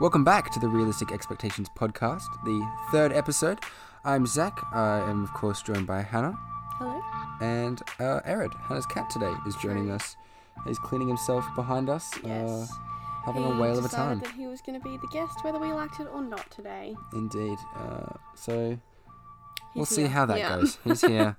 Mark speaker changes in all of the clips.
Speaker 1: Welcome back to the Realistic Expectations podcast, the third episode. I'm Zach. I am, of course, joined by Hannah.
Speaker 2: Hello.
Speaker 1: And uh, Arid, Hannah's cat today, is joining us. He's cleaning himself behind us, uh,
Speaker 2: Yes.
Speaker 1: having
Speaker 2: he
Speaker 1: a whale of a
Speaker 2: decided
Speaker 1: time.
Speaker 2: that he was going to be the guest, whether we liked it or not today.
Speaker 1: Indeed. Uh, so
Speaker 2: He's
Speaker 1: we'll see
Speaker 2: here.
Speaker 1: how that
Speaker 2: Yeah.
Speaker 1: goes. He's here.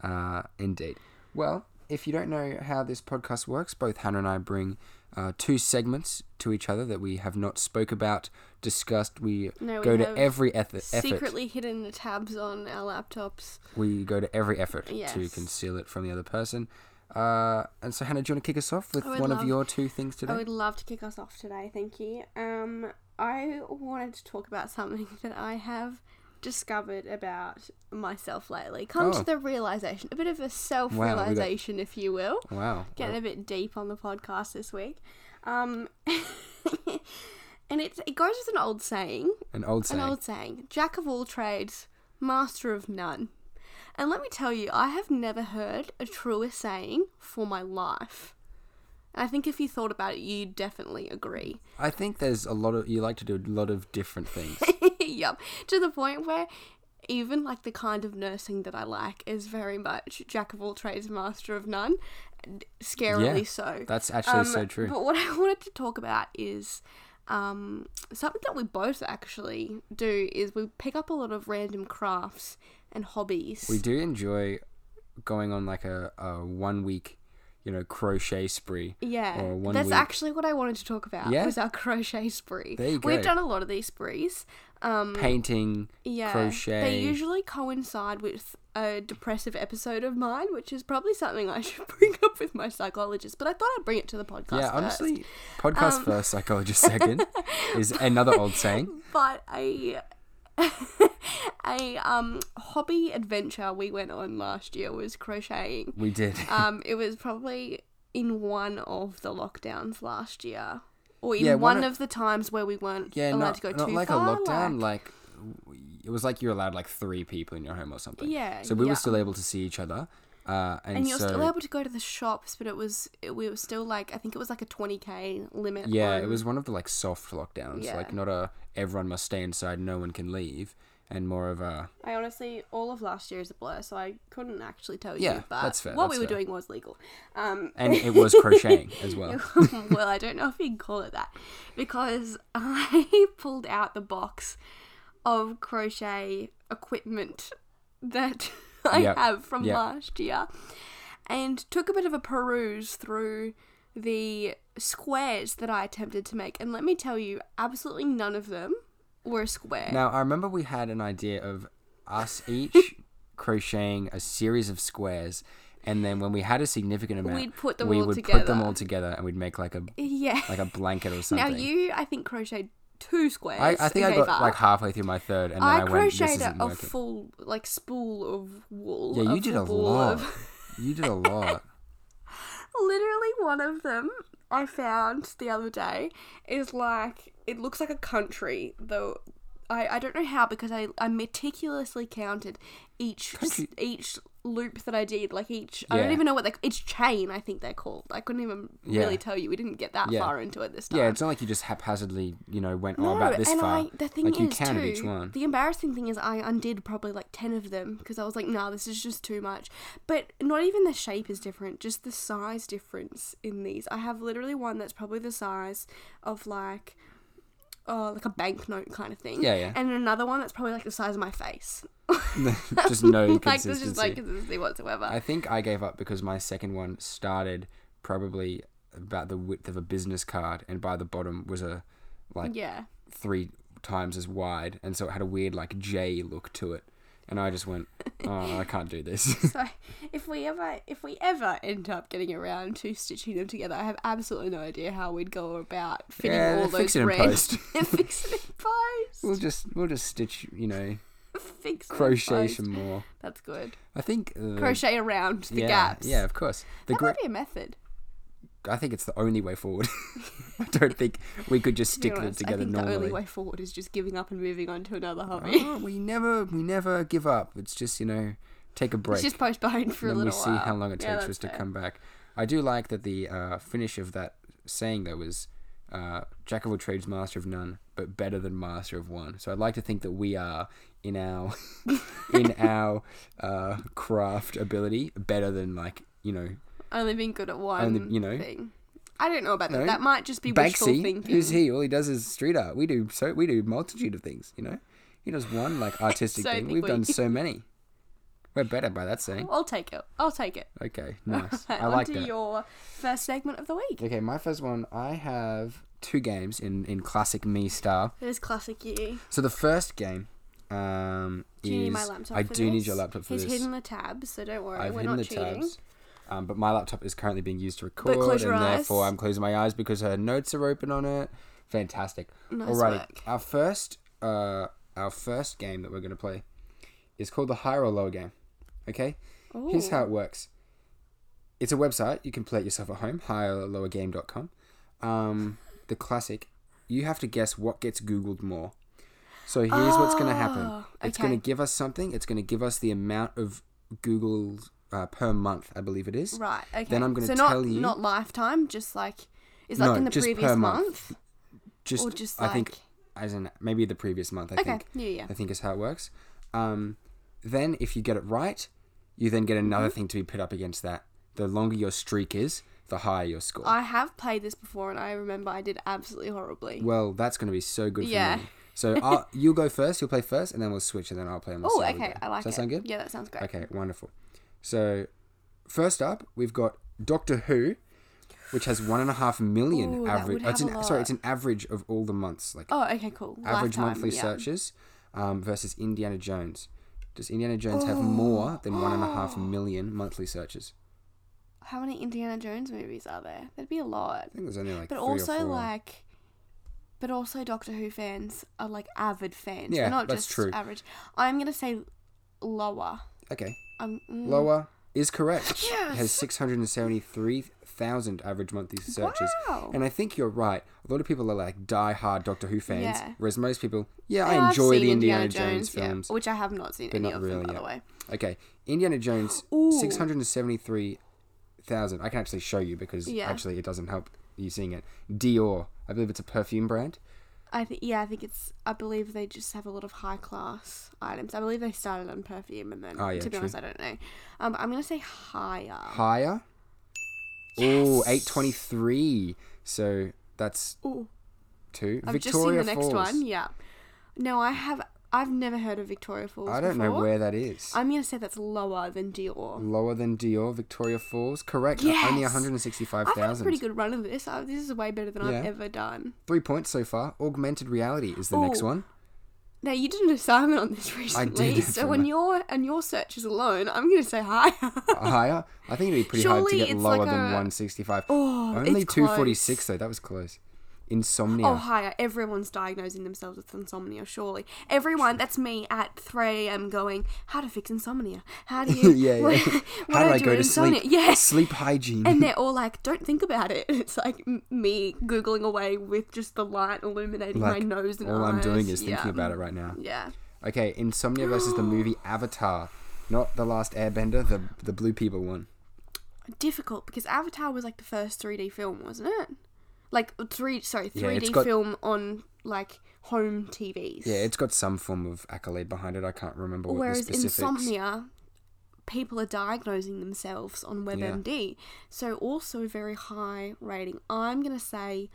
Speaker 1: uh, indeed. Well, if you don't know how this podcast works, both Hannah and I bring uh, two segments to each other that we have not spoke about, discussed. We
Speaker 2: No, we
Speaker 1: go to
Speaker 2: have
Speaker 1: every eth- effort.
Speaker 2: Secretly hidden the tabs on our laptops.
Speaker 1: We go to every effort to
Speaker 2: Yes.
Speaker 1: conceal it from the other person. Uh, and so, Hannah, do you want to kick us off with
Speaker 2: I would
Speaker 1: one of
Speaker 2: love-
Speaker 1: your two things today?
Speaker 2: I would love to kick us off today, thank you. Um, I wanted to talk about something that I have discovered about myself lately. Come
Speaker 1: Oh.
Speaker 2: to the realization, a bit of a self-realization, if you will.
Speaker 1: Wow.
Speaker 2: getting a bit deep on the podcast this week. Um, and it, it goes with an old saying,
Speaker 1: An old saying.
Speaker 2: an old saying Jack of all trades, master of none. And let me tell you, I have never heard a truer saying for my life. And I think if you thought about it, you'd definitely agree.
Speaker 1: I think there's a lot of, you like to do a lot of different things.
Speaker 2: yep. To the point where even like the kind of nursing that I like is very much jack of all trades, master of none. and Scarily
Speaker 1: Yeah.
Speaker 2: so.
Speaker 1: That's actually so
Speaker 2: Um,
Speaker 1: true.
Speaker 2: But what I wanted to talk about is um, something that we both actually do is we pick up a lot of random crafts and hobbies.
Speaker 1: We do enjoy going on like a, a one week, you know, crochet spree.
Speaker 2: yeah,
Speaker 1: or Oh, one
Speaker 2: that's
Speaker 1: week.
Speaker 2: actually what I wanted to talk about.
Speaker 1: Yeah?
Speaker 2: was our crochet spree.
Speaker 1: There you go.
Speaker 2: We've done a lot of these sprees. Um,
Speaker 1: Painting,
Speaker 2: yeah,
Speaker 1: crochet.
Speaker 2: They usually coincide with a depressive episode of mine, which is probably something I should bring up with my psychologist. But I thought I'd bring it to the
Speaker 1: yeah,
Speaker 2: podcast. first.
Speaker 1: honestly, podcast
Speaker 2: Um,
Speaker 1: first, psychologist second is another old saying.
Speaker 2: but a a um hobby adventure we went on last year was crocheting.
Speaker 1: We did.
Speaker 2: Um, it was probably in one of the lockdowns last year, or in
Speaker 1: Yeah, one
Speaker 2: one
Speaker 1: of-
Speaker 2: of the times where we weren't
Speaker 1: yeah,
Speaker 2: allowed
Speaker 1: not,
Speaker 2: to go
Speaker 1: not
Speaker 2: too
Speaker 1: like
Speaker 2: far.
Speaker 1: a lockdown. Like, w it was like you're allowed like three people in your home or something.
Speaker 2: Yeah,
Speaker 1: So we
Speaker 2: yeah.
Speaker 1: were still able to see each other. Uh, and,
Speaker 2: and you're
Speaker 1: so
Speaker 2: still able to go to the shops, but it was it, we were still like I think it was like a twenty k limit.
Speaker 1: yeah,
Speaker 2: on-
Speaker 1: it was one of the like soft lockdowns.
Speaker 2: Yeah.
Speaker 1: Like not a everyone must stay inside, no one can leave, and more of a
Speaker 2: I honestly, all of last year is a blur, so I couldn't actually tell
Speaker 1: Yeah,
Speaker 2: you. But
Speaker 1: that's fair,
Speaker 2: what
Speaker 1: that's
Speaker 2: we were
Speaker 1: fair.
Speaker 2: doing was legal. Um,
Speaker 1: and it was crocheting as well.
Speaker 2: well, I don't know if you can call it that because I pulled out the box of crochet equipment that I
Speaker 1: Yep,
Speaker 2: have from
Speaker 1: yep.
Speaker 2: last year and took a bit of a peruse through the squares that I attempted to make. And let me tell you, absolutely none of them were a square.
Speaker 1: Now, I remember we had an idea of us each crocheting a series of squares, and then when we had a significant amount,
Speaker 2: We'd put them
Speaker 1: we
Speaker 2: all
Speaker 1: would put them
Speaker 2: together.
Speaker 1: all together, and we'd make like a
Speaker 2: yeah.
Speaker 1: like a blanket or
Speaker 2: now
Speaker 1: something.
Speaker 2: you, I think, crocheted two squares.
Speaker 1: I, I think I
Speaker 2: gave
Speaker 1: got
Speaker 2: up.
Speaker 1: like halfway through my third, and then I,
Speaker 2: I
Speaker 1: went, "This
Speaker 2: crocheted
Speaker 1: isn't
Speaker 2: a
Speaker 1: working."
Speaker 2: full like spool of wool.
Speaker 1: yeah, you did a
Speaker 2: full ball
Speaker 1: lot.
Speaker 2: of-
Speaker 1: you did a lot.
Speaker 2: literally one of them I found the other day is like it looks like a country though. I, I don't know how because I, I meticulously counted each
Speaker 1: Country-
Speaker 2: each loop that I did like each I don't
Speaker 1: Yeah.
Speaker 2: even know what they it's chain I think they're called I couldn't even
Speaker 1: Yeah.
Speaker 2: really tell you we didn't get that
Speaker 1: Yeah.
Speaker 2: far into it this time
Speaker 1: Yeah, it's not like you just haphazardly, you know, went oh,
Speaker 2: no,
Speaker 1: about this
Speaker 2: and
Speaker 1: far.
Speaker 2: I, the thing
Speaker 1: like
Speaker 2: is,
Speaker 1: you counted
Speaker 2: too,
Speaker 1: each one.
Speaker 2: The embarrassing thing is, I undid probably like 10 of them because I was like, nah, this is just too much. But not even the shape is different, just the size difference in these. I have literally one that's probably the size of like. Oh, like a banknote kind of thing.
Speaker 1: Yeah, yeah.
Speaker 2: And another one that's probably like the size of my face.
Speaker 1: just no
Speaker 2: like
Speaker 1: consistency.
Speaker 2: there's just like consistency whatsoever.
Speaker 1: I think I gave up because my second one started probably about the width of a business card, and by the bottom was a like
Speaker 2: yeah.
Speaker 1: three times as wide, and so it had a weird like J look to it. And I just went, oh, I can't do this.
Speaker 2: So if we ever if we ever end up getting around to stitching them together, I have absolutely no idea how we'd go about fitting
Speaker 1: Yeah,
Speaker 2: all
Speaker 1: fix it
Speaker 2: those
Speaker 1: in
Speaker 2: threads.
Speaker 1: post.
Speaker 2: and fix it in post.
Speaker 1: we'll just we'll just stitch, you know,
Speaker 2: fix it in
Speaker 1: crochet
Speaker 2: post.
Speaker 1: some more.
Speaker 2: That's good.
Speaker 1: I think the,
Speaker 2: Crochet around the
Speaker 1: yeah,
Speaker 2: gaps.
Speaker 1: Yeah, of course. The
Speaker 2: That
Speaker 1: gra-
Speaker 2: might be a method.
Speaker 1: I think it's the only way forward. I don't think we could just
Speaker 2: To be
Speaker 1: stick them
Speaker 2: honest. I
Speaker 1: together
Speaker 2: think
Speaker 1: normally.
Speaker 2: the only way forward is just giving up and moving on to another hobby.
Speaker 1: Oh, we never we never give up. It's just you know take a break.
Speaker 2: It's just postponed for
Speaker 1: and then
Speaker 2: a
Speaker 1: we
Speaker 2: little
Speaker 1: see
Speaker 2: while.
Speaker 1: how long it
Speaker 2: Yeah,
Speaker 1: takes
Speaker 2: that's
Speaker 1: us to
Speaker 2: fair.
Speaker 1: come back. I do like that the uh, finish of that saying though was uh, "Jack of all trades, master of none." but better than Master of One. So I'd like to think that we are in our in our uh, craft ability better than like you know
Speaker 2: Only being good at one
Speaker 1: Only- you know.
Speaker 2: thing. I don't know about that.
Speaker 1: No.
Speaker 2: That might just be wishful
Speaker 1: Banksy.
Speaker 2: thinking.
Speaker 1: Who's he? All he does is street art. We do so we do multitude of things. You know, he does one like artistic
Speaker 2: So I
Speaker 1: thing.
Speaker 2: think
Speaker 1: We've done
Speaker 2: we-
Speaker 1: so many. We're better by that saying.
Speaker 2: I'll take it. I'll take it.
Speaker 1: Okay, nice.
Speaker 2: Right,
Speaker 1: I like
Speaker 2: on to
Speaker 1: that.
Speaker 2: your first segment of the week.
Speaker 1: Okay, my first one. I have two games in in classic me style.
Speaker 2: It is classic you.
Speaker 1: So the first game um,
Speaker 2: Do you
Speaker 1: is
Speaker 2: need my laptop
Speaker 1: I
Speaker 2: for
Speaker 1: do need
Speaker 2: this?
Speaker 1: your laptop for
Speaker 2: He's
Speaker 1: this.
Speaker 2: hidden the tabs, so don't worry.
Speaker 1: I've
Speaker 2: We're
Speaker 1: hidden
Speaker 2: not
Speaker 1: the
Speaker 2: cheating.
Speaker 1: tabs. Um, but my laptop is currently being used to
Speaker 2: close
Speaker 1: record, and
Speaker 2: your eyes.
Speaker 1: therefore I'm closing my eyes because her notes are open on it. Fantastic.
Speaker 2: Nice work.
Speaker 1: Our first, uh, our first game that we're going to play is called the higher or lower game. Okay. Here's
Speaker 2: Ooh.
Speaker 1: how it works. It's a website. You can play it yourself at home. Higherlowergame.com. Um, the classic. You have to guess what gets Googled more. So here's what's going to happen.
Speaker 2: Oh,
Speaker 1: It's going
Speaker 2: okay.
Speaker 1: to give us something. It's going to give us the amount of Google uh, per month, I believe it is.
Speaker 2: Right. Okay.
Speaker 1: Then I'm gonna
Speaker 2: so
Speaker 1: tell
Speaker 2: not,
Speaker 1: you-
Speaker 2: Not lifetime. Just like is like
Speaker 1: No,
Speaker 2: in the
Speaker 1: just
Speaker 2: previous
Speaker 1: per month.
Speaker 2: month.
Speaker 1: Just,
Speaker 2: Or just
Speaker 1: I think
Speaker 2: like-
Speaker 1: as in maybe the previous month. I
Speaker 2: Okay.
Speaker 1: think Uh,
Speaker 2: Yeah. Yeah.
Speaker 1: I think is how it works. Um, then if you get it right, you then get another
Speaker 2: Mm-hmm.
Speaker 1: thing to be put up against that. The longer your streak is, the higher your score.
Speaker 2: I have played this before, and I remember I did absolutely horribly.
Speaker 1: Well, that's going to be so good for
Speaker 2: Yeah.
Speaker 1: me. So I'll, you'll go first. You'll play first, and then we'll switch, and then I'll play. and we'll
Speaker 2: oh,
Speaker 1: see how we
Speaker 2: okay.
Speaker 1: go.
Speaker 2: I
Speaker 1: Does
Speaker 2: like
Speaker 1: that
Speaker 2: it.
Speaker 1: sound good?
Speaker 2: Yeah, that sounds great.
Speaker 1: Okay, wonderful. So first up, we've got Doctor Who, which has one and a half million
Speaker 2: Ooh, that
Speaker 1: average.
Speaker 2: would
Speaker 1: oh, it's
Speaker 2: have
Speaker 1: an,
Speaker 2: a
Speaker 1: sorry,
Speaker 2: lot.
Speaker 1: it's an average of all the months, like
Speaker 2: Oh, okay, cool.
Speaker 1: average
Speaker 2: Lifetime,
Speaker 1: monthly
Speaker 2: yeah.
Speaker 1: searches, um, versus Indiana Jones. Does Indiana Jones
Speaker 2: Oh.
Speaker 1: have more than one and a half million monthly searches?
Speaker 2: How many Indiana Jones movies are there? There'd be a lot.
Speaker 1: I think there's only like
Speaker 2: But
Speaker 1: three or
Speaker 2: also
Speaker 1: four.
Speaker 2: like, but also Doctor Who fans are like avid fans.
Speaker 1: Yeah,
Speaker 2: They're not
Speaker 1: that's
Speaker 2: just
Speaker 1: true.
Speaker 2: average. I'm gonna say lower.
Speaker 1: okay,
Speaker 2: Um, mm,
Speaker 1: Lower is correct. It has
Speaker 2: Yes!
Speaker 1: 673,000 average monthly searches.
Speaker 2: Wow.
Speaker 1: And I think you're right. A lot of people are like die-hard Doctor Who fans,
Speaker 2: Yeah.
Speaker 1: whereas most people, yeah,
Speaker 2: Yeah,
Speaker 1: I
Speaker 2: I've
Speaker 1: enjoy the
Speaker 2: seen
Speaker 1: Indiana, Jones,
Speaker 2: yeah,
Speaker 1: films.
Speaker 2: which I have not seen
Speaker 1: but
Speaker 2: any
Speaker 1: not
Speaker 2: of
Speaker 1: really
Speaker 2: them, by
Speaker 1: yet.
Speaker 2: the way.
Speaker 1: Okay, Indiana Jones,
Speaker 2: Ooh.
Speaker 1: 673,000. I can actually show you because
Speaker 2: Yeah.
Speaker 1: actually it doesn't help you seeing it. Dior, I believe it's a perfume brand.
Speaker 2: I think yeah, I think it's. I believe they just have a lot of high class items. I believe they started on perfume and then.
Speaker 1: Oh, yeah,
Speaker 2: to be
Speaker 1: true.
Speaker 2: honest, I don't know. Um, but I'm gonna say higher.
Speaker 1: Higher. Ooh, 823. So that's
Speaker 2: Ooh,
Speaker 1: two.
Speaker 2: I've just seen
Speaker 1: Victoria
Speaker 2: the next
Speaker 1: Falls.
Speaker 2: one. Yeah. No, I have. I've never heard of Victoria Falls.
Speaker 1: I don't know
Speaker 2: before.
Speaker 1: where that is.
Speaker 2: I'm gonna say that's lower than Dior.
Speaker 1: Lower than Dior, Victoria Falls. Correct. Uh,
Speaker 2: Yes!
Speaker 1: Only
Speaker 2: I've had a
Speaker 1: 165,000.
Speaker 2: pretty good run of this. I, this is way better than I've
Speaker 1: Yeah.
Speaker 2: ever done.
Speaker 1: Three points so far. Augmented reality is the next
Speaker 2: Ooh.
Speaker 1: one.
Speaker 2: Now you did an assignment on this recently,
Speaker 1: did,
Speaker 2: so
Speaker 1: for
Speaker 2: when
Speaker 1: my-
Speaker 2: your and your searches alone, I'm gonna say higher.
Speaker 1: Higher. I think it'd be pretty hard to
Speaker 2: Surely
Speaker 1: get
Speaker 2: it's
Speaker 1: lower
Speaker 2: like
Speaker 1: than
Speaker 2: a-
Speaker 1: 165.
Speaker 2: Oh,
Speaker 1: Only
Speaker 2: it's
Speaker 1: 246 though. That was close. Insomnia.
Speaker 2: Oh, higher. Everyone's diagnosing themselves with insomnia, surely. Everyone, that's me at 3 a.m. going, how to fix insomnia? How do you.
Speaker 1: yeah, yeah.
Speaker 2: what- what
Speaker 1: How do I
Speaker 2: do
Speaker 1: go
Speaker 2: with
Speaker 1: to sleep?
Speaker 2: Yes.
Speaker 1: Sleep hygiene.
Speaker 2: And they're all like, don't think about it. And it's like m- me Googling away with just the light illuminating
Speaker 1: Like,
Speaker 2: my nose and
Speaker 1: all I'm
Speaker 2: eyes.
Speaker 1: doing is
Speaker 2: Yeah.
Speaker 1: thinking about it right now.
Speaker 2: Yeah.
Speaker 1: Okay, Insomnia versus the movie Avatar. Not the last Airbender, the the Blue People one.
Speaker 2: Difficult because Avatar was like the first 3D film, wasn't it? Like, uh, three, sorry, 3D
Speaker 1: Yeah, it's got-
Speaker 2: film on like home TVs.
Speaker 1: Yeah, it's got some form of accolade behind it. I can't remember what
Speaker 2: Whereas
Speaker 1: the specifics.
Speaker 2: insomnia, people are diagnosing themselves on WebMD. So also very high rating. I'm gonna say,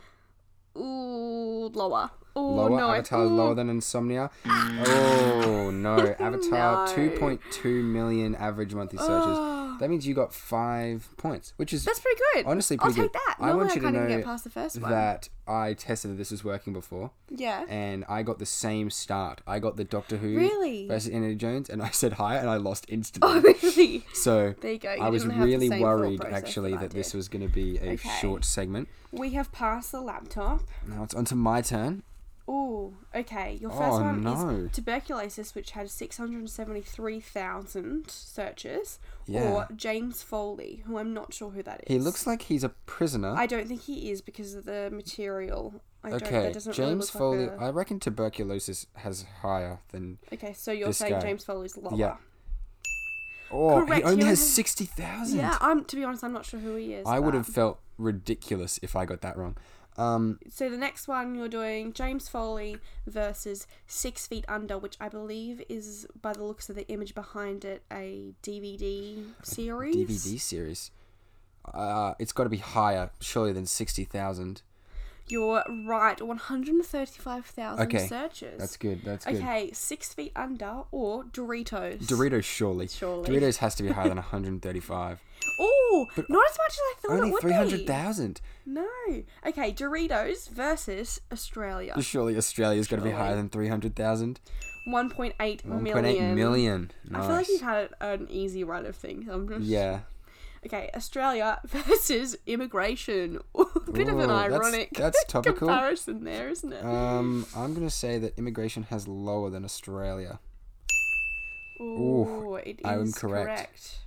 Speaker 2: ooh, lower. Ooh,
Speaker 1: Lower
Speaker 2: Oh, no,
Speaker 1: Avatar,
Speaker 2: ooh.
Speaker 1: lower than Insomnia. oh no, Avatar,
Speaker 2: No.
Speaker 1: two point two million average monthly searches. That means you got five points, which is
Speaker 2: That's pretty good.
Speaker 1: honestly
Speaker 2: I'll
Speaker 1: pretty
Speaker 2: take
Speaker 1: good.
Speaker 2: that.
Speaker 1: I
Speaker 2: No
Speaker 1: want
Speaker 2: way
Speaker 1: you to
Speaker 2: I can't even
Speaker 1: know
Speaker 2: get past the first one.
Speaker 1: that I tested that this was working before,
Speaker 2: yeah.
Speaker 1: and I got the same start. I got the Doctor Who
Speaker 2: Really? Oh,
Speaker 1: versus Indiana Jones, and I said higher, and I lost instantly.
Speaker 2: really?
Speaker 1: So
Speaker 2: There you go. You
Speaker 1: I was
Speaker 2: didn't have the
Speaker 1: really
Speaker 2: same thought
Speaker 1: worried
Speaker 2: process
Speaker 1: actually
Speaker 2: that I
Speaker 1: that this
Speaker 2: did.
Speaker 1: was going to be a
Speaker 2: Okay.
Speaker 1: short segment.
Speaker 2: We have passed the laptop.
Speaker 1: Now it's onto my turn.
Speaker 2: Ooh, okay. Your
Speaker 1: Oh,
Speaker 2: first one
Speaker 1: no.
Speaker 2: is tuberculosis, which had 673,000 searches,
Speaker 1: Yeah.
Speaker 2: or James Foley, who I'm not sure who that is.
Speaker 1: He looks like he's a prisoner.
Speaker 2: I don't think he is because of the material. I don't,
Speaker 1: okay,
Speaker 2: that doesn't really
Speaker 1: James
Speaker 2: look
Speaker 1: Foley.
Speaker 2: Like
Speaker 1: I reckon tuberculosis has higher than.
Speaker 2: a... Okay, so you're
Speaker 1: this
Speaker 2: saying
Speaker 1: guy.
Speaker 2: James Foley's lower.
Speaker 1: Yeah. Oh, he
Speaker 2: Correct,
Speaker 1: only
Speaker 2: he
Speaker 1: has
Speaker 2: has-
Speaker 1: sixty thousand.
Speaker 2: Yeah, I'm. To be honest, I'm not sure who he is.
Speaker 1: I would
Speaker 2: but-
Speaker 1: have felt ridiculous if I got that wrong. Um,
Speaker 2: So the next one you're doing James Foley versus Six Feet Under, which I believe is by the looks of the image behind it a DVD series.
Speaker 1: DVD series. Uh, it's got to be higher, surely, than 60,000.
Speaker 2: You're right. One hundred thirty-five thousand
Speaker 1: Okay,
Speaker 2: searches.
Speaker 1: That's good. That's good.
Speaker 2: Okay, Six Feet Under or Doritos.
Speaker 1: Doritos, surely.
Speaker 2: Surely.
Speaker 1: Doritos has to be higher than 135.
Speaker 2: oh, not as much as I thought
Speaker 1: Only
Speaker 2: it would
Speaker 1: 300,000.
Speaker 2: be. No. Okay, Doritos versus Australia.
Speaker 1: Surely Australia's got to be
Speaker 2: Surely.
Speaker 1: higher than 300,000.
Speaker 2: 1.8
Speaker 1: 1.8
Speaker 2: million.
Speaker 1: million. Nice.
Speaker 2: I feel like you've had an easy run of things. I'm just...
Speaker 1: yeah.
Speaker 2: Okay, Australia versus immigration. Bit of
Speaker 1: Ooh,
Speaker 2: an
Speaker 1: that's-
Speaker 2: ironic
Speaker 1: that's topical.
Speaker 2: comparison there, isn't it?
Speaker 1: Um, I'm going to say that immigration has lower than Australia.
Speaker 2: Ooh, it is
Speaker 1: I am correct.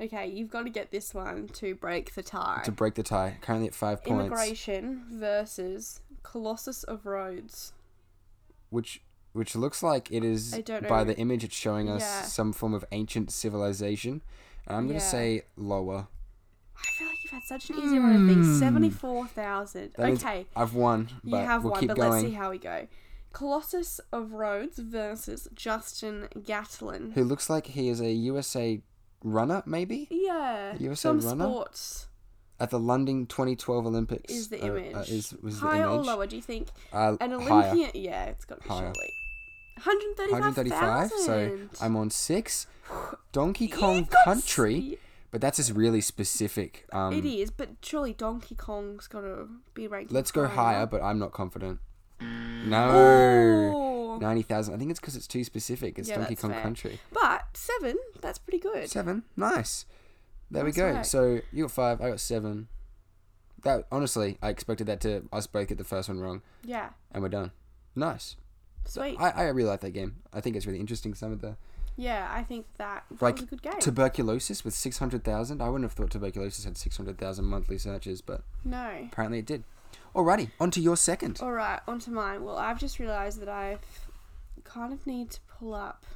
Speaker 2: Okay, you've got to get this one to break the tie.
Speaker 1: To break the tie, currently at five points.
Speaker 2: Immigration versus Colossus of Rhodes.
Speaker 1: which which looks like it is
Speaker 2: I don't
Speaker 1: by
Speaker 2: know.
Speaker 1: the image it's showing us
Speaker 2: Yeah.
Speaker 1: some form of ancient civilization. And I'm gonna
Speaker 2: Yeah.
Speaker 1: say lower.
Speaker 2: I feel like you've had such an easy run of things. 74,000.
Speaker 1: Hmm. That means
Speaker 2: Okay,
Speaker 1: I've won,
Speaker 2: you
Speaker 1: but
Speaker 2: have
Speaker 1: we'll
Speaker 2: one,
Speaker 1: keep
Speaker 2: but
Speaker 1: going.
Speaker 2: let's see how we go. Colossus of Rhodes versus Justin Gatlin.
Speaker 1: Who looks like he is a USA runner, maybe
Speaker 2: Yeah.
Speaker 1: You were
Speaker 2: Some
Speaker 1: saying runner?
Speaker 2: sports
Speaker 1: at the London 2012 Olympics.
Speaker 2: is the
Speaker 1: uh, uh,
Speaker 2: image.
Speaker 1: is was
Speaker 2: Higher
Speaker 1: the
Speaker 2: or
Speaker 1: image?
Speaker 2: lower, do you think?
Speaker 1: Uh,
Speaker 2: An
Speaker 1: higher.
Speaker 2: Olympian. Yeah, it's got to be
Speaker 1: Higher.
Speaker 2: surely. 135,000.
Speaker 1: 135. So I'm on six. Donkey
Speaker 2: You
Speaker 1: Kong
Speaker 2: got s-
Speaker 1: Country, but that's just really specific. Um,
Speaker 2: It is, but surely Donkey Kong's got to be ranked.
Speaker 1: Let's go higher, but I'm not confident. No.
Speaker 2: Oh.
Speaker 1: 90,000. I think it's because it's too specific. It's
Speaker 2: Yeah,
Speaker 1: Donkey
Speaker 2: that's
Speaker 1: Kong
Speaker 2: fair.
Speaker 1: Country.
Speaker 2: But seven, that's pretty good.
Speaker 1: Seven. Nice. There
Speaker 2: Nice
Speaker 1: we go.
Speaker 2: work.
Speaker 1: So you got five. I got seven. That honestly, I expected that to us both get the first one wrong,
Speaker 2: Yeah,
Speaker 1: and we're done. Nice.
Speaker 2: sweet.
Speaker 1: I, I really like that game. I think it's really interesting. Some of the
Speaker 2: yeah, I think that, that
Speaker 1: Like,
Speaker 2: was a good game.
Speaker 1: tuberculosis with six hundred thousand. I wouldn't have thought tuberculosis had six hundred thousand monthly searches, but
Speaker 2: no.
Speaker 1: apparently it did. Alrighty, on to your second.
Speaker 2: All right, on to mine. Well, I've just realised that I've kind of need to pull up.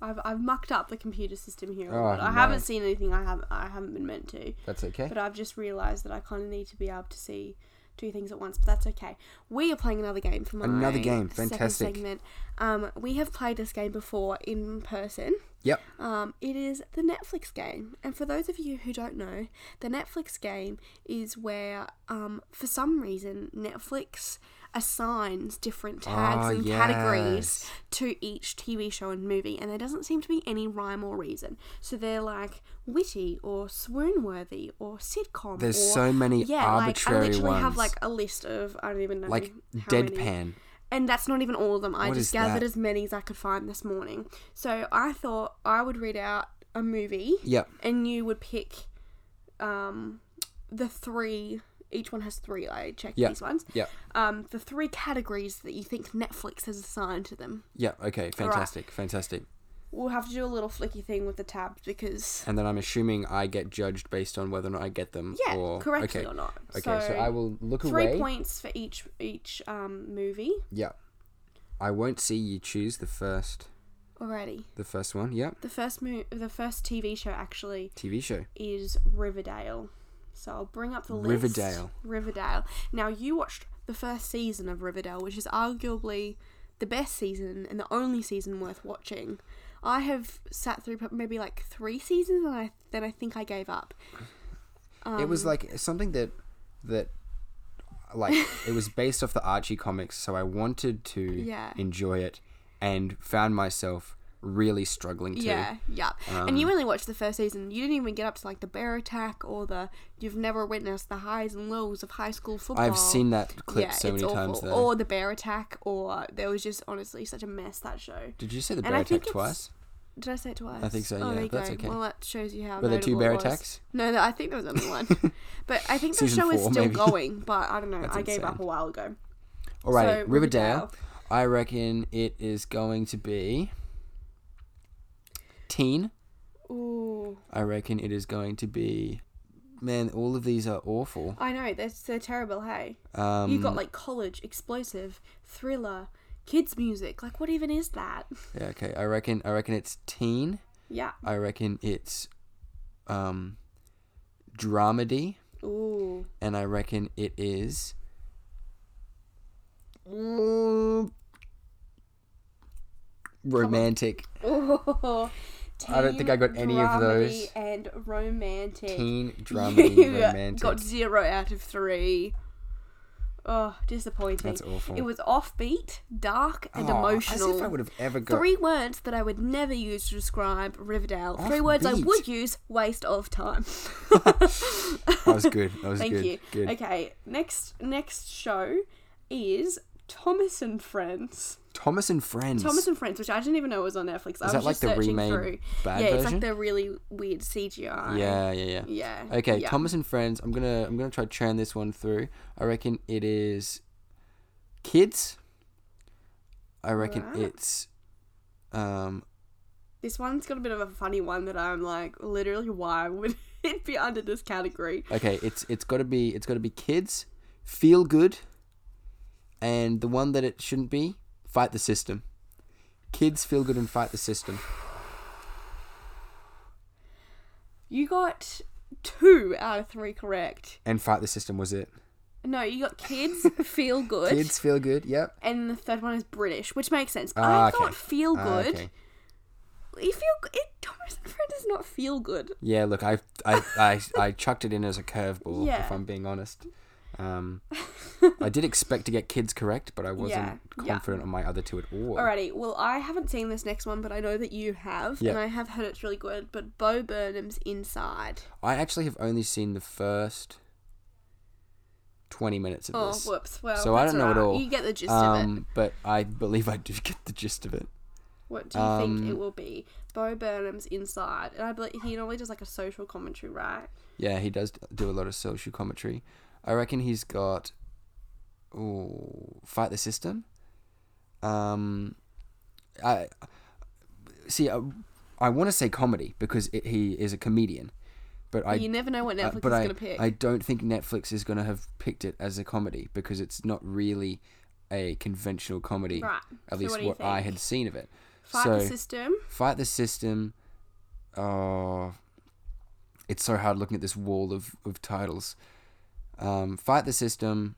Speaker 2: I've, I've mucked up the computer system here. a
Speaker 1: Oh,
Speaker 2: lot. I
Speaker 1: no.
Speaker 2: haven't seen anything I have I haven't been meant to,
Speaker 1: That's okay.
Speaker 2: but I've just realised that I kind of need to be able to see two things at once. But that's okay. We are playing another game for my
Speaker 1: Another game.
Speaker 2: second
Speaker 1: Fantastic.
Speaker 2: segment. Um, we have played this game before in person.
Speaker 1: Yep.
Speaker 2: Um, it is the Netflix game. And for those of you who don't know, the Netflix game is where, um, for some reason, Netflix assigns different tags
Speaker 1: Ah,
Speaker 2: and categories
Speaker 1: yes.
Speaker 2: to each TV show and movie, and there doesn't seem to be any rhyme or reason. So they're like witty or swoon worthy or sitcom.
Speaker 1: There's
Speaker 2: or-
Speaker 1: so many arbitrary
Speaker 2: I literally have
Speaker 1: ones.
Speaker 2: like a list of I don't even know
Speaker 1: Like
Speaker 2: how many.
Speaker 1: deadpan.
Speaker 2: And that's not even all of them. I
Speaker 1: What
Speaker 2: just
Speaker 1: is
Speaker 2: gathered
Speaker 1: that?
Speaker 2: as many as I could find this morning. So I thought I would read out a movie
Speaker 1: Yep.
Speaker 2: and you would pick um, the three. Each one has three. I checked
Speaker 1: Yeah.
Speaker 2: these ones.
Speaker 1: Yep.
Speaker 2: Um, the three categories that you think Netflix has assigned to them.
Speaker 1: Yep. Okay. Fantastic. Fantastic.
Speaker 2: We'll have to do a little flicky thing with the tabs because
Speaker 1: and then I'm assuming I get judged based on whether or not I get them.
Speaker 2: yeah,
Speaker 1: or,
Speaker 2: correctly
Speaker 1: okay.
Speaker 2: or not.
Speaker 1: Okay, so, I will look
Speaker 2: three
Speaker 1: away.
Speaker 2: points for each each um, movie.
Speaker 1: yeah, I won't see you choose the first,
Speaker 2: Alrighty.
Speaker 1: the first one. Yeah,
Speaker 2: The first mo- the first TV show actually
Speaker 1: TV show.
Speaker 2: is Riverdale. So I'll bring up the list.
Speaker 1: Riverdale.
Speaker 2: Riverdale. Now you watched the first season of Riverdale, which is arguably the best season and the only season worth watching. I have sat through prob- maybe like three seasons, and I then I think I gave up.
Speaker 1: it
Speaker 2: Um,
Speaker 1: was like something that that like it was based off the Archie comics, so I wanted to
Speaker 2: Yeah.
Speaker 1: enjoy it, and found myself really struggling to.
Speaker 2: Yeah, yeah. and
Speaker 1: Um.
Speaker 2: you only watched the first season. You didn't even get up to like the bear attack or the you've never witnessed the highs and lows of high school football.
Speaker 1: I've seen that clip so many times though.
Speaker 2: Or the bear attack, or there was just honestly such a mess that show.
Speaker 1: Did you say the
Speaker 2: and
Speaker 1: bear
Speaker 2: I
Speaker 1: attack
Speaker 2: think it's-
Speaker 1: twice?
Speaker 2: Did I say it twice?
Speaker 1: I think so,
Speaker 2: Oh,
Speaker 1: yeah,
Speaker 2: there you
Speaker 1: that's
Speaker 2: go.
Speaker 1: okay.
Speaker 2: Well, that shows you how.
Speaker 1: Were there two
Speaker 2: notable
Speaker 1: bear
Speaker 2: it was.
Speaker 1: attacks?
Speaker 2: No, no, I think there was only one. but I think the
Speaker 1: Season
Speaker 2: show is
Speaker 1: four,
Speaker 2: still
Speaker 1: maybe.
Speaker 2: going. But I don't know.
Speaker 1: That's
Speaker 2: I gave up
Speaker 1: insane.
Speaker 2: a while ago.
Speaker 1: Alrighty,
Speaker 2: So,
Speaker 1: Riverdale.
Speaker 2: Riverdale.
Speaker 1: I reckon it is going to be teen.
Speaker 2: Ooh,
Speaker 1: I reckon it is going to be. Man, all of these are awful.
Speaker 2: I know. They're, they're terrible. Hey,
Speaker 1: Um,
Speaker 2: you got like college, explosive, thriller, kids music. Like, what even is that?
Speaker 1: yeah, okay. I reckon. I reckon it's teen.
Speaker 2: yeah.
Speaker 1: I reckon it's, um, dramedy,
Speaker 2: Ooh.
Speaker 1: and I reckon it is,
Speaker 2: Mm.
Speaker 1: romantic
Speaker 2: Oh,
Speaker 1: I don't think I got
Speaker 2: teen
Speaker 1: any of
Speaker 2: dramedy
Speaker 1: those.
Speaker 2: And romantic.
Speaker 1: teen drama
Speaker 2: You
Speaker 1: romantic.
Speaker 2: Got zero out of three. Oh, disappointing.
Speaker 1: That's awful.
Speaker 2: It was offbeat, dark, and
Speaker 1: Oh,
Speaker 2: emotional.
Speaker 1: As if I would have ever got
Speaker 2: Three words that I would never use to describe Riverdale. Three words I
Speaker 1: Offbeat.
Speaker 2: would use waste of time.
Speaker 1: That was good. That was
Speaker 2: Thank
Speaker 1: good.
Speaker 2: you.
Speaker 1: Good.
Speaker 2: Okay, next next show is Thomas and Friends.
Speaker 1: Thomas and Friends.
Speaker 2: Thomas and Friends, which I didn't even know was on Netflix. I was
Speaker 1: that like
Speaker 2: just
Speaker 1: the
Speaker 2: searching
Speaker 1: remade
Speaker 2: through.
Speaker 1: bad
Speaker 2: yeah, it's
Speaker 1: version?
Speaker 2: like the really weird CGI.
Speaker 1: yeah, yeah, yeah.
Speaker 2: Yeah.
Speaker 1: Okay,
Speaker 2: yeah.
Speaker 1: Thomas and Friends. I'm gonna I'm gonna try churn this one through. I reckon it is kids. I reckon
Speaker 2: Right.
Speaker 1: it's um
Speaker 2: This one's got a bit of a funny one that I'm like, literally, why would it be under this category?
Speaker 1: okay, it's it's gotta be it's gotta be kids, feel good, and the one that it shouldn't be, fight the system. Kids feel good and fight the system.
Speaker 2: You got two out of three correct.
Speaker 1: And fight the system was it.
Speaker 2: No, you got kids feel good,
Speaker 1: Kids feel good, yep.
Speaker 2: and the third one is British, which makes sense.
Speaker 1: Ah,
Speaker 2: I thought
Speaker 1: okay.
Speaker 2: feel
Speaker 1: Ah,
Speaker 2: good.
Speaker 1: okay.
Speaker 2: You feel g- it, Thomas and Friends does not feel good.
Speaker 1: Yeah, look, I I, I, I chucked it in as a curveball,
Speaker 2: Yeah.
Speaker 1: if I'm being honest. Um, I did expect to get kids correct, but I wasn't
Speaker 2: yeah.
Speaker 1: confident on my other two at all.
Speaker 2: Alrighty, well, I haven't seen this next one, but I know that you have,
Speaker 1: Yeah.
Speaker 2: and I have heard it's really good. But Bo Burnham's Inside.
Speaker 1: I actually have only seen the first 20 minutes of
Speaker 2: Oh,
Speaker 1: this.
Speaker 2: whoops. Well,
Speaker 1: So I
Speaker 2: that's
Speaker 1: don't know at
Speaker 2: alright.
Speaker 1: all.
Speaker 2: You get the gist of it.
Speaker 1: Um, but I believe I do get the gist of it.
Speaker 2: What do you
Speaker 1: um,
Speaker 2: think it will be? Bo Burnham's Inside, and I believe he normally does like a social commentary, right?
Speaker 1: Yeah, he does do a lot of social commentary. I reckon he's got ooh, fight the system. Um, I see. I, I want to say comedy because it, he is a comedian, but I
Speaker 2: you never know what
Speaker 1: uh,
Speaker 2: Netflix is
Speaker 1: but I,
Speaker 2: going to pick.
Speaker 1: I don't think Netflix is going to have picked it as a comedy because it's not really a conventional comedy.
Speaker 2: Right.
Speaker 1: At
Speaker 2: So
Speaker 1: least
Speaker 2: what do you
Speaker 1: what, I
Speaker 2: think?
Speaker 1: had seen of it.
Speaker 2: Fight
Speaker 1: so
Speaker 2: the system.
Speaker 1: fight the system. Oh, it's so hard looking at this wall of, of titles. Um, fight the system,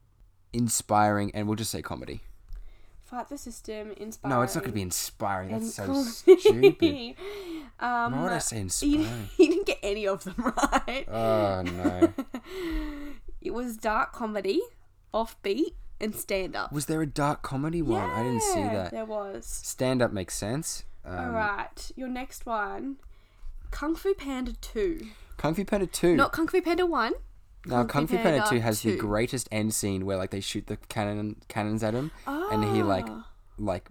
Speaker 1: inspiring, and we'll just say comedy.
Speaker 2: Fight the system. Inspiring.
Speaker 1: No, it's not going to be inspiring.
Speaker 2: and
Speaker 1: That's so
Speaker 2: comedy.
Speaker 1: stupid.
Speaker 2: um,
Speaker 1: Why would I say
Speaker 2: you,
Speaker 1: inspiring?
Speaker 2: you didn't get any of them right.
Speaker 1: Oh no!
Speaker 2: It was dark comedy, offbeat, and stand up.
Speaker 1: Was there a dark comedy one? I didn't see that.
Speaker 2: There was.
Speaker 1: Stand up makes sense. Um,
Speaker 2: All right, your next one, Kung Fu Panda Two,
Speaker 1: Kung Fu Panda Two.
Speaker 2: not Kung Fu Panda One.
Speaker 1: now, Kung Fu Panda Two has the
Speaker 2: 2.
Speaker 1: greatest end scene where like they shoot the cannon cannons at him, and he like
Speaker 2: Ah.
Speaker 1: like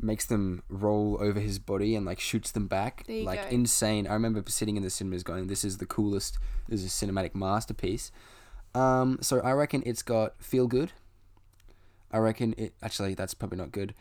Speaker 1: makes them roll over his body and like shoots them back
Speaker 2: There you
Speaker 1: like
Speaker 2: go.
Speaker 1: insane i remember sitting in the cinemas going this is the coolest this is a cinematic masterpiece um so i reckon it's got feel good i reckon it actually that's probably not good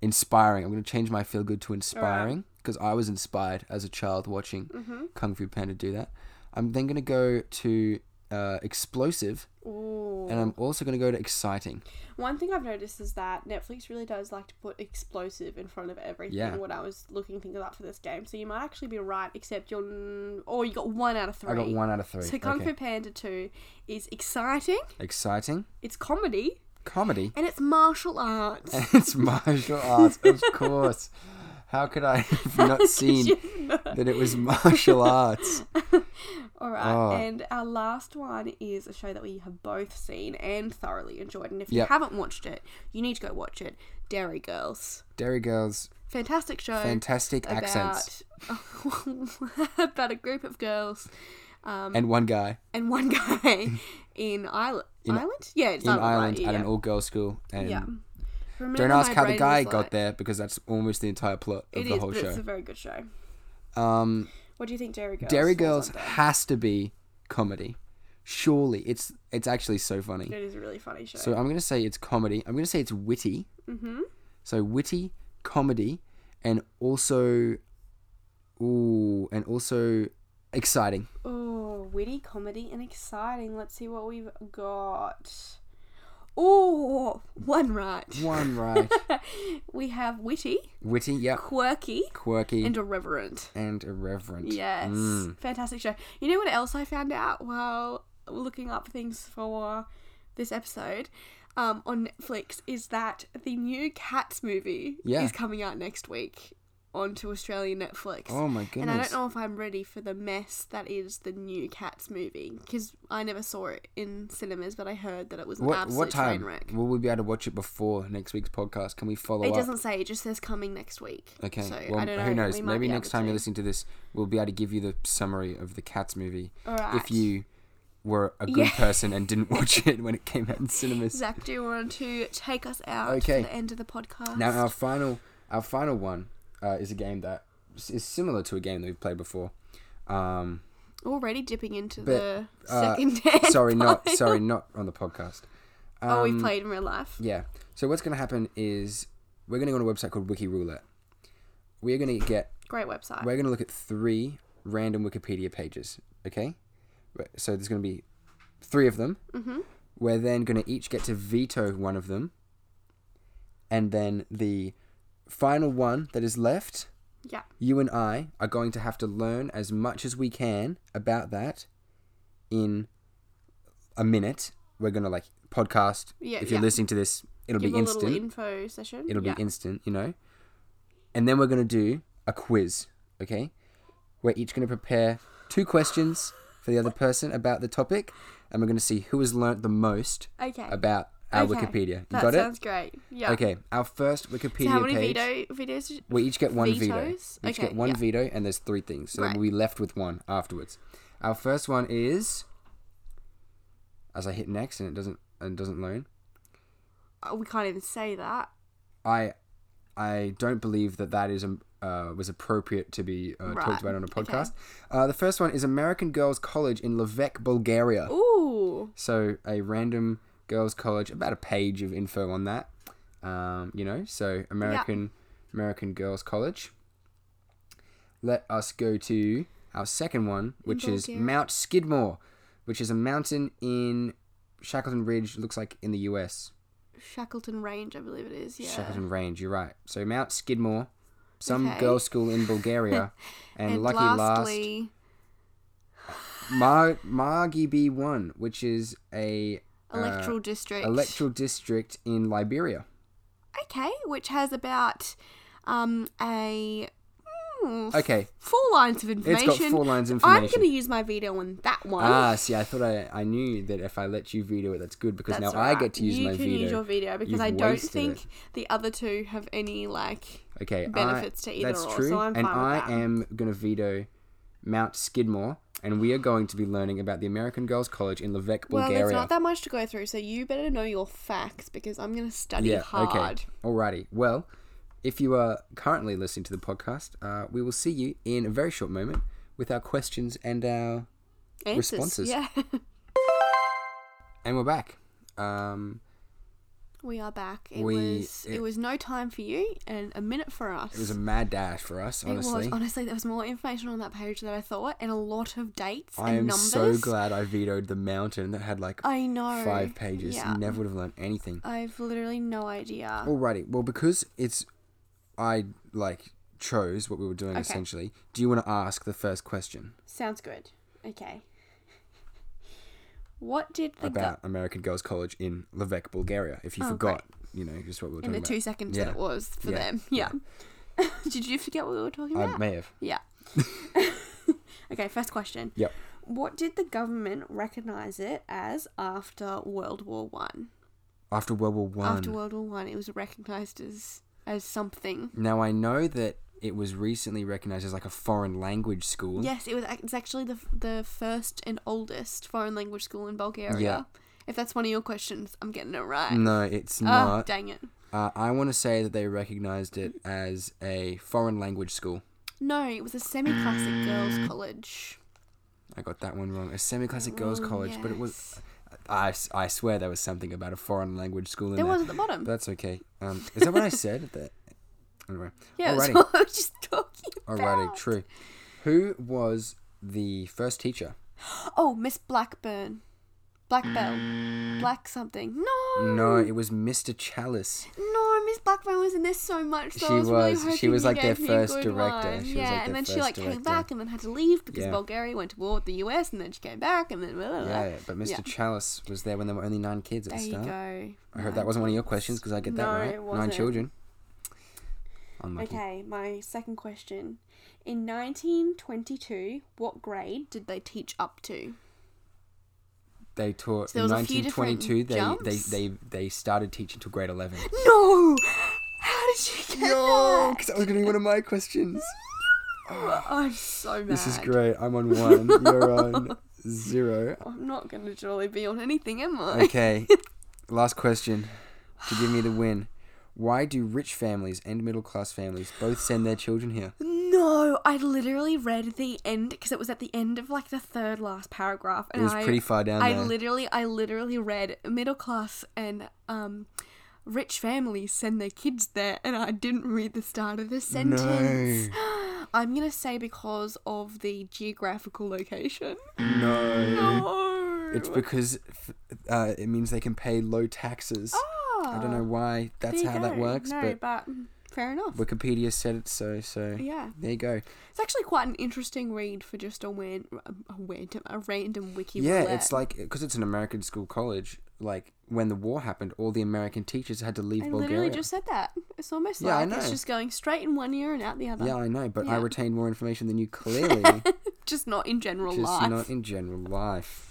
Speaker 1: inspiring i'm going to change my feel good to inspiring because i was inspired as a child watching
Speaker 2: Mm-hmm.
Speaker 1: kung fu panda do that i'm then going to go to uh, explosive
Speaker 2: Ooh.
Speaker 1: and i'm also going to go to exciting
Speaker 2: One thing I've noticed is that Netflix really does like to put explosive in front of everything
Speaker 1: Yeah.
Speaker 2: when I was looking things up for this game. So you might actually be right, except you're. n- Or you got one out of three.
Speaker 1: i got one out of three
Speaker 2: So Kung
Speaker 1: Okay.
Speaker 2: Fu Panda 2 is exciting,
Speaker 1: exciting
Speaker 2: it's comedy,
Speaker 1: comedy
Speaker 2: and it's martial arts.
Speaker 1: and it's martial arts of course how could i have not seen that it was martial arts
Speaker 2: Alright,
Speaker 1: Oh.
Speaker 2: and our last one is a show that we have both seen and thoroughly enjoyed. And if
Speaker 1: Yep.
Speaker 2: you haven't watched it, you need to go watch it. Dairy Girls.
Speaker 1: dairy girls
Speaker 2: Fantastic show.
Speaker 1: fantastic
Speaker 2: about,
Speaker 1: accents
Speaker 2: about a group of girls um,
Speaker 1: and one guy
Speaker 2: and one guy in Isle-
Speaker 1: In-
Speaker 2: Ireland. Yeah, it's
Speaker 1: in
Speaker 2: Ireland. right?
Speaker 1: ireland
Speaker 2: yeah.
Speaker 1: at an all-girls school and
Speaker 2: yeah. Remember
Speaker 1: don't ask
Speaker 2: my
Speaker 1: how the
Speaker 2: brain
Speaker 1: guy
Speaker 2: was
Speaker 1: got
Speaker 2: like-
Speaker 1: there because that's almost the entire plot of
Speaker 2: It
Speaker 1: the
Speaker 2: is,
Speaker 1: whole
Speaker 2: but it's a
Speaker 1: show
Speaker 2: very good show.
Speaker 1: um
Speaker 2: What do you think, Dairy Girls?
Speaker 1: dairy
Speaker 2: falls
Speaker 1: girls
Speaker 2: under?
Speaker 1: has to be comedy surely it's it's actually so funny
Speaker 2: It is a really funny show.
Speaker 1: So I'm gonna say it's comedy. I'm gonna say it's witty. Mm-hmm. So witty comedy, and also, ooh, and also exciting.
Speaker 2: oh, witty comedy and exciting. Let's see what we've got. Oh, one right.
Speaker 1: One right.
Speaker 2: we have witty,
Speaker 1: witty, yeah.
Speaker 2: quirky,
Speaker 1: Quirky
Speaker 2: and
Speaker 1: and,
Speaker 2: irreverent.
Speaker 1: irreverent.
Speaker 2: Yes.
Speaker 1: Mm.
Speaker 2: Fantastic show. You know what else I found out while looking up things for this episode? um, on Netflix is that the new Cats movie
Speaker 1: Yeah.
Speaker 2: is coming out next week onto Australian Netflix.
Speaker 1: Oh my goodness.
Speaker 2: and I don't know if I'm ready for the mess that is the new Cats movie because I never saw it in cinemas, but I heard that it was an
Speaker 1: What
Speaker 2: absolute
Speaker 1: what time
Speaker 2: train wreck.
Speaker 1: will we be able to watch it before next week's podcast? Can we follow
Speaker 2: It
Speaker 1: up?
Speaker 2: doesn't say; it just says coming next week.
Speaker 1: Okay.
Speaker 2: So
Speaker 1: well,
Speaker 2: I don't know.
Speaker 1: who knows?
Speaker 2: we might
Speaker 1: Maybe
Speaker 2: be
Speaker 1: next
Speaker 2: able
Speaker 1: time
Speaker 2: to.
Speaker 1: you're listening to this, we'll be able to give you the summary of the Cats movie
Speaker 2: All right.
Speaker 1: if you were a good
Speaker 2: Yeah.
Speaker 1: person and didn't watch it when it came out in cinemas.
Speaker 2: Zach, do you want to take us out
Speaker 1: Okay.
Speaker 2: to the end of the podcast?
Speaker 1: Now uh, our final our final one uh, is a game that s- is similar to a game that we've played before. Um,
Speaker 2: Already dipping into
Speaker 1: But,
Speaker 2: the
Speaker 1: uh,
Speaker 2: second hand.
Speaker 1: sorry, not
Speaker 2: pile.
Speaker 1: sorry, not on the podcast. Um,
Speaker 2: oh, we've played in real life.
Speaker 1: Yeah. So what's going to happen is we're going to go on a website called Wiki Roulette. We're going to get
Speaker 2: Great website.
Speaker 1: we're going to look at three random Wikipedia pages. Okay. Right, So there's going to be three of them.
Speaker 2: mm-hmm.
Speaker 1: We're then going to each get to veto one of them, and then the final one that is left.
Speaker 2: Yeah.
Speaker 1: You and I are going to have to learn as much as we can about that in a minute. We're going to like podcast.
Speaker 2: Yeah,
Speaker 1: if you're
Speaker 2: yeah.
Speaker 1: listening to this, it'll
Speaker 2: Give
Speaker 1: be
Speaker 2: a little
Speaker 1: instant.
Speaker 2: info session.
Speaker 1: It'll
Speaker 2: yeah.
Speaker 1: be instant, you know. And then we're gonna do a quiz, okay? We're each gonna prepare two questions for the other person about the topic, and we're gonna see who has learnt the most
Speaker 2: Okay.
Speaker 1: about our
Speaker 2: Okay.
Speaker 1: Wikipedia. You
Speaker 2: that
Speaker 1: got it?
Speaker 2: sounds great. Yeah.
Speaker 1: Okay, our first Wikipedia
Speaker 2: So how many
Speaker 1: page.
Speaker 2: veto videos? Did
Speaker 1: We each get one veto. We
Speaker 2: Vetoes?
Speaker 1: each get
Speaker 2: Okay,
Speaker 1: one
Speaker 2: yeah.
Speaker 1: veto, and there's three things, so
Speaker 2: Right.
Speaker 1: then we'll be left with one afterwards. Our first one is, as I hit next, and it doesn't and doesn't learn.
Speaker 2: oh, we can't even say that.
Speaker 1: I I don't believe that that is um, uh, was appropriate to be uh,
Speaker 2: Right,
Speaker 1: talked about on a
Speaker 2: okay.
Speaker 1: podcast. Uh, the first one is American Girls College in Levec, Bulgaria.
Speaker 2: Ooh.
Speaker 1: So a random girls' college, about a page of info on that. Um, you know, so American American Girls College. Let us go to our second one, which is
Speaker 2: Bulgaria.
Speaker 1: Mount Skidmore, which is a mountain in Shackleton Ridge, looks like in the U.S.
Speaker 2: Shackleton Range, I believe it is. Yeah.
Speaker 1: Shackleton Range, you're right. So Mount Skidmore, some
Speaker 2: Okay.
Speaker 1: girls' school in Bulgaria, and,
Speaker 2: And
Speaker 1: lucky
Speaker 2: lastly,
Speaker 1: last, Mar- Margi B1, which is a uh,
Speaker 2: electoral district.
Speaker 1: electoral district in Liberia.
Speaker 2: Okay, which has about um a mm,
Speaker 1: Okay.
Speaker 2: four lines of
Speaker 1: It's
Speaker 2: information.
Speaker 1: got four lines of
Speaker 2: I'm
Speaker 1: information.
Speaker 2: going to use my veto on that one.
Speaker 1: Ah, see, I thought I, I knew that if I let you veto it, that's good because
Speaker 2: That's
Speaker 1: now
Speaker 2: alright.
Speaker 1: I get to use
Speaker 2: you
Speaker 1: my
Speaker 2: can
Speaker 1: veto.
Speaker 2: use your veto because
Speaker 1: You've
Speaker 2: I don't
Speaker 1: wasted
Speaker 2: think
Speaker 1: it.
Speaker 2: the other two have any like
Speaker 1: okay, I-
Speaker 2: benefits to either
Speaker 1: That's
Speaker 2: or,
Speaker 1: true,
Speaker 2: so I'm
Speaker 1: and
Speaker 2: fine
Speaker 1: I
Speaker 2: with that.
Speaker 1: am gonna veto Mount Skidmore, and we are going to be learning about the American Girls College in Levec,
Speaker 2: well,
Speaker 1: Bulgaria.
Speaker 2: there's not that much to go through, so you better know your facts because I'm going to study hard.
Speaker 1: Okay. Alrighty. Well, if you are currently listening to the podcast, uh, we will see you in a very short moment with our questions and our
Speaker 2: Answers.
Speaker 1: Responses.
Speaker 2: Yeah.
Speaker 1: and we're back. Um,
Speaker 2: we are back. It
Speaker 1: We-
Speaker 2: was
Speaker 1: it-
Speaker 2: it was no time for you and a minute for us.
Speaker 1: it was a mad dash for us, honestly.
Speaker 2: It was honestly there was more information on that page than I thought, and a lot of dates
Speaker 1: I
Speaker 2: and
Speaker 1: am
Speaker 2: numbers.
Speaker 1: so glad I vetoed the mountain that had like
Speaker 2: I know
Speaker 1: five pages.
Speaker 2: Yeah, Uh,
Speaker 1: You never would have learned anything.
Speaker 2: I've literally no idea.
Speaker 1: Alrighty. Well, because it's I like chose what we were doing
Speaker 2: Okay.
Speaker 1: essentially. Do you want to ask the first question
Speaker 2: Sounds good. Okay. What did the
Speaker 1: about American Girls College in Levec, Bulgaria? If you
Speaker 2: Oh,
Speaker 1: forgot, you know, just what we were
Speaker 2: gu-
Speaker 1: talking
Speaker 2: in the
Speaker 1: about.
Speaker 2: two seconds
Speaker 1: Yeah.
Speaker 2: that it was for
Speaker 1: Yeah.
Speaker 2: them? Yeah. did you forget what we were talking
Speaker 1: I
Speaker 2: about?
Speaker 1: may have.
Speaker 2: yeah. okay. First question.
Speaker 1: Yep.
Speaker 2: What did the government recognize it as after World War One?
Speaker 1: After World War One.
Speaker 2: After World War One, it was recognized as as something.
Speaker 1: Now I know that it was recently recognized as like a foreign language school.
Speaker 2: Yes, it was. ac- It's actually the f- the first and oldest foreign language school in Bulgaria.
Speaker 1: Yeah.
Speaker 2: If that's one of your questions, I'm getting it right.
Speaker 1: No, it's
Speaker 2: Ah,
Speaker 1: not.
Speaker 2: dang it.
Speaker 1: Uh, I want to say that they recognized it as a foreign language school.
Speaker 2: No, it was a semi-classic
Speaker 1: Mm.
Speaker 2: girls' college.
Speaker 1: I got that one wrong. A semi-classic girls'
Speaker 2: Oh,
Speaker 1: college, but it was.
Speaker 2: yes.
Speaker 1: I, s- I swear there was something about a foreign language school in
Speaker 2: There
Speaker 1: there.
Speaker 2: was at the bottom.
Speaker 1: But that's okay. Um, is that what I said? That anyway.
Speaker 2: yeah, that's
Speaker 1: Alrighty.
Speaker 2: what I was just talking about.
Speaker 1: Alrighty. True. Who was the first teacher?
Speaker 2: Oh, Miss Blackburn, Black Bell, Black something. No,
Speaker 1: No, it was Mr. Chalice.
Speaker 2: no, Miss Blackburn was in this so much. So
Speaker 1: She
Speaker 2: I was, really
Speaker 1: was. She
Speaker 2: hoping
Speaker 1: was
Speaker 2: you
Speaker 1: like their
Speaker 2: gave me a
Speaker 1: first
Speaker 2: good
Speaker 1: director. She
Speaker 2: one.
Speaker 1: was
Speaker 2: yeah,
Speaker 1: like their
Speaker 2: and then she
Speaker 1: first
Speaker 2: like
Speaker 1: director.
Speaker 2: came back and then had to leave because
Speaker 1: Yeah.
Speaker 2: Bulgaria went to war with the US, and then she came back, and then blah, blah, blah.
Speaker 1: Yeah, yeah, but Mr.
Speaker 2: Yeah.
Speaker 1: Chalice was there when there were only nine kids at
Speaker 2: There
Speaker 1: the
Speaker 2: you
Speaker 1: start.
Speaker 2: go.
Speaker 1: I hope that wasn't one of your questions because I get that
Speaker 2: No,
Speaker 1: right.
Speaker 2: it
Speaker 1: Nine
Speaker 2: wasn't.
Speaker 1: children. Unlucky.
Speaker 2: Okay, my second question. In 1922, what grade did they teach up to?
Speaker 1: They taught
Speaker 2: So there
Speaker 1: in
Speaker 2: was a few different
Speaker 1: 1922. They,
Speaker 2: jumps?
Speaker 1: they they they started teaching till grade 11.
Speaker 2: No! How did you get
Speaker 1: Yo,
Speaker 2: that?
Speaker 1: because that was gonna be one of my questions.
Speaker 2: I'm so mad.
Speaker 1: This is great. I'm on one. You're on zero.
Speaker 2: I'm not going to jolly be on anything, am I?
Speaker 1: Okay. Last question to give me the win. Why do rich families and middle class families both send their children here?
Speaker 2: No, I literally read the end because it was at the end of like the third last paragraph, and
Speaker 1: It was
Speaker 2: I
Speaker 1: pretty far down
Speaker 2: I
Speaker 1: there.
Speaker 2: literally, I literally read middle class and um, rich families send their kids there, and I didn't read the start of the sentence. I'm gonna say because of the geographical location.
Speaker 1: No.
Speaker 2: No,
Speaker 1: It's because f- uh, it means they can pay low taxes. I
Speaker 2: Oh,
Speaker 1: don't
Speaker 2: Ah,
Speaker 1: know why that's how that works,
Speaker 2: No,
Speaker 1: but
Speaker 2: fair enough.
Speaker 1: Wikipedia said it so. So
Speaker 2: yeah,
Speaker 1: there you go.
Speaker 2: it's actually quite an interesting read for just a, wan- a random, a random wiki.
Speaker 1: yeah,
Speaker 2: roulette.
Speaker 1: it's like because it's an American school college. Like when the war happened, all the American teachers had to leave
Speaker 2: I
Speaker 1: Bulgaria.
Speaker 2: literally just said that. It's almost
Speaker 1: Yeah, I
Speaker 2: like it's
Speaker 1: know.
Speaker 2: just going straight in one ear and out the other.
Speaker 1: yeah, I know, but I
Speaker 2: Yeah.
Speaker 1: retained more information than you clearly.
Speaker 2: Just not in general
Speaker 1: just
Speaker 2: life.
Speaker 1: not in general life.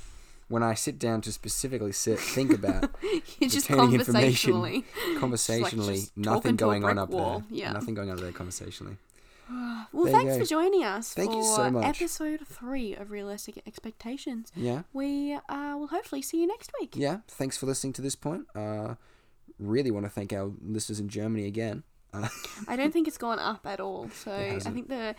Speaker 1: When I sit down to specifically sit, think about
Speaker 2: You're just
Speaker 1: retaining information.
Speaker 2: conversationally.
Speaker 1: conversationally,
Speaker 2: just
Speaker 1: nothing
Speaker 2: talking to a
Speaker 1: going on
Speaker 2: brick
Speaker 1: up
Speaker 2: wall,
Speaker 1: there.
Speaker 2: yeah.
Speaker 1: Nothing going on up there conversationally.
Speaker 2: Ah, Well,
Speaker 1: There you
Speaker 2: thanks
Speaker 1: go.
Speaker 2: for joining us
Speaker 1: Thank
Speaker 2: for
Speaker 1: you so much.
Speaker 2: episode three of Realistic Expectations.
Speaker 1: Yeah.
Speaker 2: We uh, will hopefully see you next week.
Speaker 1: yeah, thanks for listening to this point. Uh, really want to thank our listeners in Germany again. Uh,
Speaker 2: I don't think it's gone up at all. So I
Speaker 1: hasn't.
Speaker 2: think the,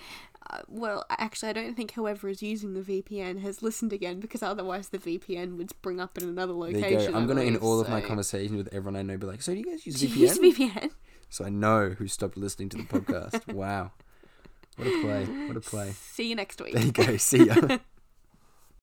Speaker 2: uh, well, actually, I don't think whoever is using the VPN has listened again because otherwise the VPN would spring up in another
Speaker 1: there you
Speaker 2: location.
Speaker 1: go. I'm
Speaker 2: I
Speaker 1: gonna in
Speaker 2: believe,
Speaker 1: all of my
Speaker 2: so-
Speaker 1: conversations with everyone I know be like, "So do you guys use
Speaker 2: Do
Speaker 1: VPN?"
Speaker 2: you use VPN?
Speaker 1: So I know who stopped listening to the podcast. wow, what a play! What a play!
Speaker 2: See you next week.
Speaker 1: There you go. See ya.